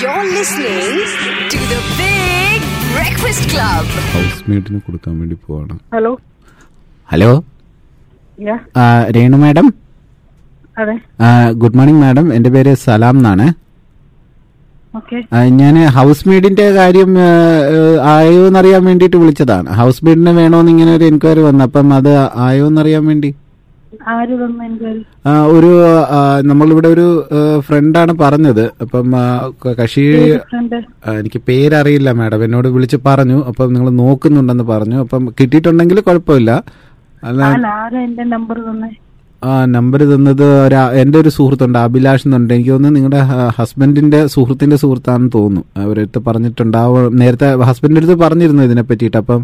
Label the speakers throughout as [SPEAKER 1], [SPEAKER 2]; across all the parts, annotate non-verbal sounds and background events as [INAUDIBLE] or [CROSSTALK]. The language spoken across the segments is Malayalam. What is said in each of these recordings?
[SPEAKER 1] You're listening to the Big Breakfast Club.
[SPEAKER 2] House മേറ്റിന് കൊടുക്കാൻ വേണ്ടി പോവാണ്
[SPEAKER 3] ഹലോ
[SPEAKER 2] ഹലോ
[SPEAKER 3] യാ
[SPEAKER 2] ആ, രേണു മാഡം
[SPEAKER 3] അതെ
[SPEAKER 2] ആ, ഗുഡ് മോർണിംഗ് മാഡം എൻ്റെ പേര് സലാം എന്നാണ്
[SPEAKER 3] ഓക്കെ
[SPEAKER 2] ഞാൻ ഹൗസ് മെയ്ഡിന്റെ കാര്യം ആ, ആ, ആയോ എന്നറിയാൻ വേണ്ടിയിട്ട് വിളിച്ചതാണ് ഹൗസ് മെയ്ഡിന് വേണോന്ന് ഇങ്ങനെ ഒരു എൻക്വയറി വന്നു അപ്പം അത് ആയോ എന്നറിയാൻ വേണ്ടി
[SPEAKER 3] ആര് തന്നു എൻക്വയറി
[SPEAKER 2] ആ, ഒരു ആ, നമ്മളിവിടെ ഒരു ആ, ഫ്രണ്ടാണ് പറഞ്ഞത് അപ്പം ആ, ക- കക്ഷി
[SPEAKER 3] ഫ്രണ്ട്
[SPEAKER 2] ആ, എനിക്ക് പേരറിയില്ല മാഡം എന്നോട് വിളിച്ച് പറഞ്ഞു അപ്പം നിങ്ങൾ നോക്കുന്നുണ്ടെന്ന് പറഞ്ഞു അപ്പം കിട്ടിയിട്ടുണ്ടെങ്കിൽ കുഴപ്പമില്ല അല്ല
[SPEAKER 3] അല്ല ആരാ എന്റെ നമ്പർ തന്നെ
[SPEAKER 2] ആ നമ്പർ തന്നത് ഒരു എൻ്റെ ഒരു സുഹൃത്തുണ്ട് അഭിലാഷ് എന്നുണ്ട് എനിക്ക് തോന്നുന്നു നിങ്ങളുടെ ഹ- ഹസ്ബൻഡിന്റെ സുഹൃത്തിന്റെ സുഹൃത്താണെന്ന് തോന്നുന്നു അവരടുത്ത് പറഞ്ഞിട്ടുണ്ടാവും നേരത്തെ ഹസ്ബൻഡിന്റെ അടുത്ത് പറഞ്ഞിരുന്നു ഇതിനെ പറ്റിയിട്ട് അപ്പം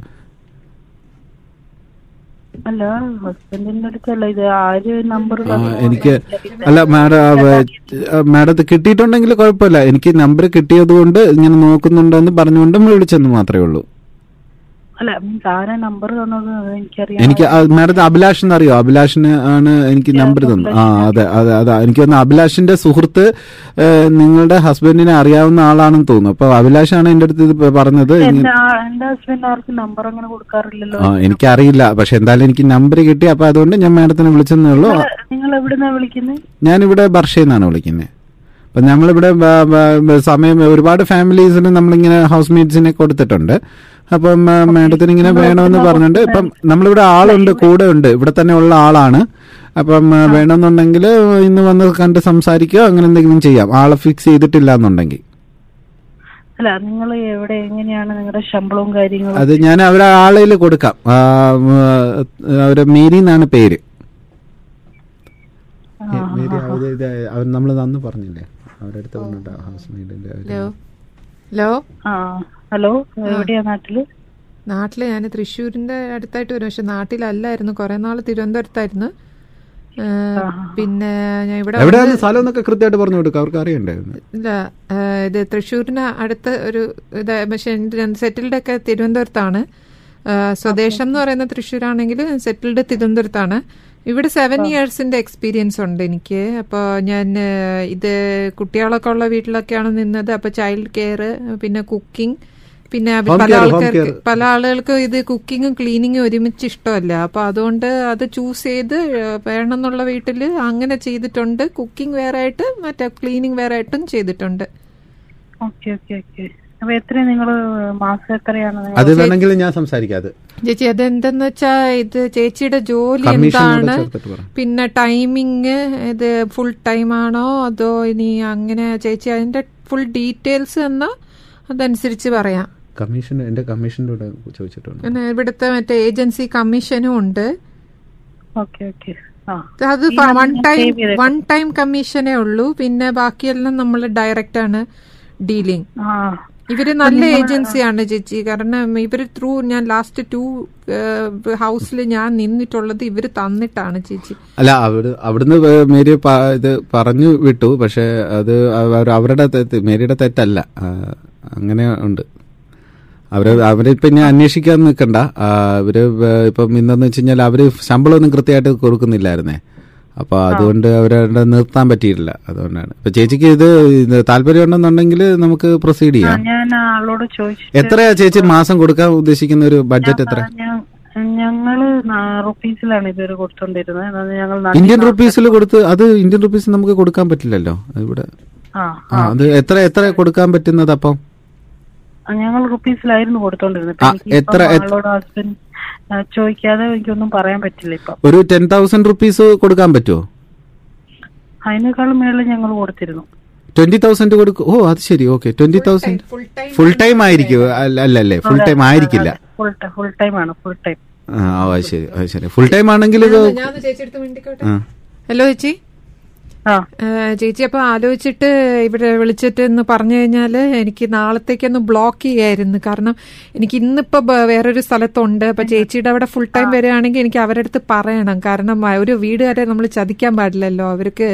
[SPEAKER 3] അല്ല ഹസ്ബൻഡിന്റെ അടുത്തല്ല ഇത് ആര് നമ്പർ
[SPEAKER 2] ആ, എനിക്ക് അല്ല മാഡം ആ, വ- ആ, മാഡം ഇത് കിട്ടിയിട്ടുണ്ടെങ്കിൽ കുഴപ്പമില്ല എനിക്ക് നമ്പർ കിട്ടിയത് കൊണ്ട് ഇങ്ങനെ നോക്കുന്നുണ്ടെന്ന് പറഞ്ഞുകൊണ്ട് വിളിച്ചെന്ന് മാത്രമേ ഉള്ളൂ
[SPEAKER 3] അല്ല മീൻസ് ആരാ നമ്പർ തന്നത് അത് എനിക്കറിയാം
[SPEAKER 2] എനിക്ക് ആ മാഡത്തിന് അഭിലാഷ് എന്നറിയോ അഭിലാഷിന് ആണ് എനിക്ക് നമ്പർ തന്നത് ആ അതെ അതെ അതെ എനിക്ക് തോന്നുന്നു അഭിലാഷിന്റെ സുഹൃത്ത് ഏ, നിങ്ങളുടെ ഹസ്ബൻഡിനെ അറിയാവുന്ന ആളാണെന്ന് തോന്നുന്നു അപ്പൊ അഭിലാഷാണ് എന്റെ അടുത്ത് ഇത് പ- പറഞ്ഞത് ഇനി-
[SPEAKER 3] എന്റെ ആ- എന്റെ ഹസ്ബൻഡ് ആർക്കും നമ്പർ അങ്ങനെ കൊടുക്കാറില്ലല്ലോ
[SPEAKER 2] ആ എനിക്കറിയില്ല പക്ഷെ എന്തായാലും എനിക്ക് നമ്പർ കിട്ടി അപ്പൊ അതുകൊണ്ട് ഞാൻ മാഡത്തിനെ വിളിച്ചെന്നേ ഉള്ളൂ
[SPEAKER 3] നിങ്ങൾ എവിടുന്നാ വിളിക്കുന്നത്
[SPEAKER 2] ഞാനിവിടെ ബർഷയിൽ നിന്നാണ് വിളിക്കുന്നത് അപ്പം നമ്മളിവിടെ ബ- ബ- ബ- സമയം ഒരുപാട് ഫാമിലീസിന് നമ്മളിങ്ങനെ ഹൗസ് മേറ്റ്സിനെ കൊടുത്തിട്ടുണ്ട് അപ്പം ആ, മാഡത്തിന് ഇങ്ങനെ വേണമെന്ന് പറഞ്ഞിട്ടുണ്ട് ഇപ്പം നമ്മളിവിടെ ആളുണ്ട് കൂടെ ഉണ്ട് ഇവിടെ തന്നെ ഉള്ള ആളാണ് അപ്പം ആ, വേണമെന്നുണ്ടെങ്കിൽ ഇന്ന് വന്ന് കണ്ട് സംസാരിക്കുകയോ അങ്ങനെ എന്തെങ്കിലും ചെയ്യാം ആളെ ഫിക്സ് ചെയ്തിട്ടില്ല എന്നുണ്ടെങ്കിൽ
[SPEAKER 3] അല്ല നിങ്ങൾ എവിടെ എങ്ങനെയാണ് നിങ്ങളുടെ ശമ്പളവും കാര്യങ്ങളും
[SPEAKER 2] അത് ഞാൻ അവരെ ആളിൽ കൊടുക്കാം ആ, ഉം, ആ, അവരെ മേരി എന്നാണ് പേര് മേരി അവര് ഇത് അവർ നമ്മൾ നന്ന് പറഞ്ഞില്ലേ അവരടുത്ത് കൊണ്ടുണ്ട് ഹൗസ് മെയ്ഡിന്റെ അവര്
[SPEAKER 4] ഹലോ ഹലോ
[SPEAKER 3] ആ ഹലോ എവിടെയാ നാട്ടില്
[SPEAKER 4] നാട്ടില് ഞാൻ തൃശ്ശൂരിന്റെ അടുത്തായിട്ട് വരും പക്ഷെ നാട്ടിലല്ലായിരുന്നു കുറെ നാള് തിരുവനന്തപുരത്തായിരുന്നു ഏ, പിന്നെ ഞാൻ ഇവിടെ
[SPEAKER 2] എവിടെയാണ് സ്ഥലം എന്നൊക്കെ കൃത്യമായിട്ട് പറഞ്ഞു കൊടുക്കുക അവർക്ക് അറിയണ്ടായിരുന്നു
[SPEAKER 4] ഇല്ല ഏ, ഇത് തൃശ്ശൂരിന് അടുത്ത് ഒരു ഇത് പക്ഷെ സെറ്റിൽഡ് ഒക്കെ തിരുവനന്തപുരത്താണ് ഏ, സ്വദേശം എന്ന് പറയുന്ന തൃശ്ശൂരാണെങ്കിൽ സെറ്റിൽഡ് തിരുവനന്തപുരത്താണ് ഇവിടെ സെവൻ ഇയേഴ്സിന്റെ എക്സ്പീരിയൻസ് ഉണ്ട് എനിക്ക് അപ്പോൾ ഞാൻ ഏ, ഇത് കുട്ടികളൊക്കെ ഉള്ള വീട്ടിലൊക്കെയാണ് നിന്നത് അപ്പോൾ ചൈൽഡ് കെയർ പിന്നെ കുക്കിംഗ് പിന്നെ അത് പല ആൾക്കാർക്ക് പല ആളുകൾക്ക് ഇത് കുക്കിങ്ങും ക്ലീനിങ്ങും ഒരുമിച്ച് ഇഷ്ടമല്ല അപ്പോൾ അതുകൊണ്ട് അത് ചൂസ് ചെയ്ത് വേണമെന്നുള്ള വീട്ടിൽ അങ്ങനെ ചെയ്തിട്ടുണ്ട് കുക്കിംഗ് വേറെ ആയിട്ട് മറ്റേ ക്ലീനിങ് വേറെ ആയിട്ടും ചെയ്തിട്ടുണ്ട്
[SPEAKER 3] ഓക്കെ ഓക്കെ ഓക്കെ അപ്പൊ എത്രയാ നിങ്ങള് മാസം എത്രയാണ് നിങ്ങള്
[SPEAKER 2] അത് വേണമെങ്കിൽ ഞാൻ സംസാരിക്കാം അത്
[SPEAKER 4] ചേച്ചി അതെന്തെന്ന് വെച്ചാ ഇത് ചേച്ചിയുടെ ജോലി
[SPEAKER 2] കമ്മീഷനോട്
[SPEAKER 4] എന്താണ്
[SPEAKER 2] ചേർത്തിട്ട് പറ.
[SPEAKER 4] പിന്നെ ടൈമിങ് ഇത് ഫുൾ ടൈം ആണോ അതോ ഇനി അങ്ങനെ ചേച്ചി അതിന്റെ ഫുൾ ഡീറ്റെയിൽസ് എന്നാ അതനുസരിച്ച് പറയാം
[SPEAKER 2] കമ്മീഷൻ എന്റെ കമ്മീഷൻ്റെ കൂടെ ചോദിച്ചിട്ടുണ്ട്
[SPEAKER 4] പിന്നെ ഇവിടുത്തെ മറ്റേ ഏജൻസി കമ്മീഷനും ഉണ്ട്
[SPEAKER 3] ഓക്കെ ഓക്കെ ആ
[SPEAKER 4] അത് വൺ ടൈം വൺ ടൈം കമ്മീഷനേ ഉള്ളൂ പിന്നെ ബാക്കിയെല്ലാം നമ്മൾ ഡയറക്റ്റ് ആണ് ഡീലിംഗ്
[SPEAKER 3] ആ
[SPEAKER 4] ഇവര് നല്ല ഏജൻസിയാണ് ചേച്ചി കാരണം ഇവര് ത്രൂ ഞാൻ ലാസ്റ്റ് ടു ഹൗസിൽ ഞാൻ നിന്നിട്ടുള്ളത് ഇവര് തന്നിട്ടാണ് ചേച്ചി
[SPEAKER 2] അല്ല അവിടെ അവിടുന്ന് വേ- മേരി പ- ഇത് പറഞ്ഞു വിട്ടു പക്ഷെ അത് അവർ- അവരുടെ തെറ്റ് മേരിയുടെ തെറ്റല്ല ആ, അങ്ങനെ ഉണ്ട് അവര് അവരിപ്പം ഇനി അന്വേഷിക്കാൻ നിൽക്കണ്ട ആ, അവര് വേ- ഇപ്പം ഇന്നെന്ന് വെച്ച് കഴിഞ്ഞാൽ അവര് ശമ്പളമൊന്നും കൃത്യമായിട്ട് കൊടുക്കുന്നില്ലായിരുന്നേ അപ്പൊ അതുകൊണ്ട് അവരവിടെ നിർത്താൻ പറ്റിയിട്ടില്ല അതുകൊണ്ടാണ് ഇപ്പൊ ചേച്ചിക്ക് ഇത് ഇത് താല്പര്യം ഉണ്ടെന്നുണ്ടെങ്കിൽ നമുക്ക് പ്രൊസീഡ്
[SPEAKER 3] ആ,
[SPEAKER 2] ചെയ്യാം
[SPEAKER 3] ഞാൻ ആളോട് ചോദിച്ചു
[SPEAKER 2] എത്രയാ ചേച്ചി മാസം കൊടുക്കാൻ ഉദ്ദേശിക്കുന്ന ഒരു ബഡ്ജറ്റ് എത്ര
[SPEAKER 3] ഞാൻ- ഞങ്ങള് നാ- റുപ്പീസിലാണ് ഇതുവരെ കൊടുത്തോണ്ടിരുന്നത് അതായത് ഞങ്ങൾ നാട്ടിൽ-
[SPEAKER 2] ഇന്ത്യൻ റുപ്പീസിൽ കൊടുത്ത് അത് ഇന്ത്യൻ റുപ്പീസ് നമുക്ക് കൊടുക്കാൻ പറ്റില്ലല്ലോ ഇവിടെ
[SPEAKER 3] ആ
[SPEAKER 2] ആ അത് എത്ര എത്ര കൊടുക്കാൻ പറ്റുന്നത് അപ്പം
[SPEAKER 3] ആ, ഞങ്ങൾ റുപ്പീസിലായിരുന്നു കൊടുത്തോണ്ടിരുന്നത് ഇപ്പൊ
[SPEAKER 2] ആ,
[SPEAKER 3] എനിക്ക് ഇപ്പം
[SPEAKER 2] എത്ര- എത്ര-
[SPEAKER 3] ആളോട് ഹസ്ബൻഡ് ആ, ചോദിക്കാതെ എനിക്കൊന്നും പറയാൻ പറ്റില്ല ഇപ്പൊ
[SPEAKER 2] ഒരു ടെൻ തൗസൻഡ് റുപ്പീസ് കൊടുക്കാൻ പറ്റുമോ
[SPEAKER 3] അതിനേക്കാളും മേളിൽ ഞങ്ങൾ കൊടുത്തിരുന്നു
[SPEAKER 2] ട്വന്റി തൗസൻഡ് കൊടുക്കും ഓ അത് ശരി okay twenty thousand full time ആയിരിക്കും അല്ല അല്ല, അല്ലേ ഫുൾ ടൈം ആയിരിക്കില്ല
[SPEAKER 3] ഫുൾ ടൈം ഫുൾ ടൈം ആണ് ഫുൾ ടൈം
[SPEAKER 2] ആ ഓ, അത് ശരി അത് ശരി ഫുൾ ടൈം ആണെങ്കിൽ ഇത് ആ.
[SPEAKER 4] ഹലോ ചേച്ചി
[SPEAKER 3] ആ
[SPEAKER 4] ആ, ചേച്ചി അപ്പൊ ആലോചിച്ചിട്ട് ഇവിടെ വിളിച്ചിട്ട് എന്ന് പറഞ്ഞു കഴിഞ്ഞാല് എനിക്ക് നാളത്തേക്കൊന്ന് ബ്ലോക്ക് ചെയ്യായിരുന്നു കാരണം എനിക്ക് ഇന്നിപ്പോ ബ- വേറൊരു സ്ഥലത്തുണ്ട് അപ്പൊ ചേച്ചിയുടെ അവിടെ ഫുൾ ടൈം വരികയാണെങ്കിൽ എനിക്ക് അവരുടെ അടുത്ത് പറയണം കാരണം ആ, ഒരു വീട് വരെ നമ്മൾ ചതിക്കാൻ പാടില്ലല്ലോ അവർക്ക്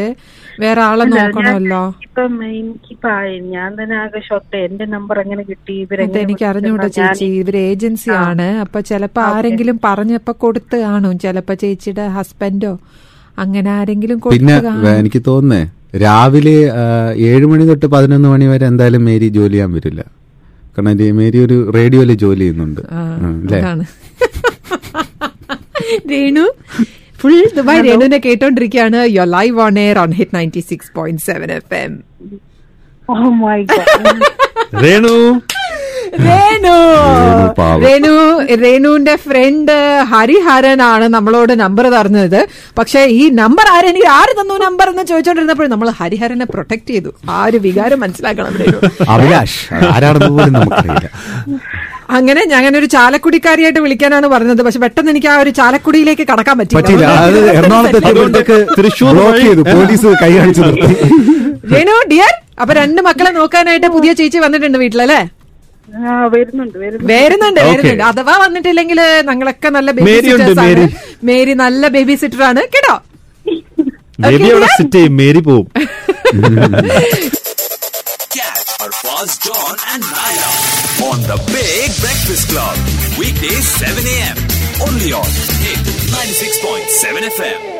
[SPEAKER 4] വേറെ ആളെ നോക്കണമല്ലോ
[SPEAKER 3] ഇപ്പം എനിക്കിപ്പോ ആ- ഞാൻ തന്നെ ആകെ ഷോക്ട് എന്റെ നമ്പർ എങ്ങനെ കിട്ടി
[SPEAKER 4] അത്
[SPEAKER 3] ഇവരെങ്ങനെ
[SPEAKER 4] എനിക്ക് അറിഞ്ഞൂടാ
[SPEAKER 3] ഞാൻ-
[SPEAKER 4] ചേച്ചി ഇവര് ഏജൻസി ആണ് അപ്പൊ ചിലപ്പോ ആരെങ്കിലും പറഞ്ഞപ്പോ കൊടുത്ത് കാണും ചിലപ്പോ ചേച്ചിയുടെ ഹസ്ബൻഡോ അങ്ങനെ ആരെങ്കിലും കൊടുത്ത്
[SPEAKER 2] പിന്നെ
[SPEAKER 4] കാണും
[SPEAKER 2] വേ- എനിക്ക് തോന്നുന്നേ രാവിലെ ആ, ഏഴ് മണി തൊട്ട് പതിനൊന്ന് മണി വരെ എന്തായാലും മേരി ജോലി ചെയ്യാൻ വരില്ല കാരണം ഇത് മേരി ഒരു റേഡിയോയിൽ ജോലി ചെയ്യുന്നുണ്ട്
[SPEAKER 4] ആ,
[SPEAKER 2] ഉം, അല്ലേ
[SPEAKER 4] അതാണ് [LAUGHS] രേണു ഫുൾ ദുബായ് രേണുവിനെ കേട്ടോണ്ടിരിക്കുകയാണ് you live on air on hit ninety six point seven F M
[SPEAKER 3] oh my God
[SPEAKER 2] Renu
[SPEAKER 4] Renu
[SPEAKER 2] Renu പാവം.
[SPEAKER 4] രേണു രേണുവിന്റെ ഫ്രണ്ട് ഹരിഹരൻ ആണ് നമ്മളോട് നമ്പർ തന്നത് പക്ഷെ ഈ നമ്പർ ആരും എനിക്ക് ആര് തന്നു നമ്പർ എന്ന് ചോദിച്ചോണ്ടിരുന്നപ്പോൾ നമ്മൾ ഹരിഹരനെ പ്രൊട്ടക്ട് ചെയ്തു ആ ഒരു വികാരം മനസ്സിലാക്കണം രേണു
[SPEAKER 2] അഭിലാഷ് ആരാണെന്ന് പോലും നമുക്കറിയില്ല
[SPEAKER 4] അങ്ങനെ ഞാൻ ഒരു ചാലക്കുടിക്കാരിയായിട്ട് വിളിക്കാനാണ് പറഞ്ഞത് പക്ഷെ പെട്ടെന്ന് എനിക്ക് ആ ഒരു ചാലക്കുടിയിലേക്ക് കടക്കാൻ
[SPEAKER 2] പറ്റിയില്ല അത് എറണാകുളത്ത് എത്തിയപ്പോഴത്തേക്ക്
[SPEAKER 5] തൃശ്ശൂർ
[SPEAKER 2] ബ്ലോക്ക്
[SPEAKER 5] വഴി-
[SPEAKER 2] ചെയ്തു പോലീസ് കൈ കാണിച്ചു നിർത്തി
[SPEAKER 4] രേണു ഡിയർ അപ്പൊ രണ്ട് മക്കളെ നോക്കാനായിട്ട് പുതിയ ചേച്ചി വന്നിട്ടുണ്ട് വീട്ടിലല്ലേ
[SPEAKER 3] ആ വരുന്നുണ്ട് വരുന്നുണ്ട്
[SPEAKER 4] വരുന്നുണ്ട്
[SPEAKER 5] Okay.
[SPEAKER 4] വരുന്നുണ്ട് അഥവാ വന്നിട്ടില്ലെങ്കിൽ ഞങ്ങളൊക്കെ നല്ല ബേബി
[SPEAKER 5] മേരി ഉണ്ട്,
[SPEAKER 4] സിറ്റേഴ്സ് ആണ്
[SPEAKER 5] മേരി.
[SPEAKER 4] മേരി നല്ല ബേബി സിറ്റർ ആണ് കേട്ടോ
[SPEAKER 5] ബേബി
[SPEAKER 4] Okay,
[SPEAKER 5] അവിടെ
[SPEAKER 4] dear.
[SPEAKER 5] സിറ്റ് ചെയ്യും മേരി പോവും
[SPEAKER 6] Cat or Fuzz, John and Naira on the Big Breakfast Club. Weekdays 7 a.m. Only on Hit 96.7 FM.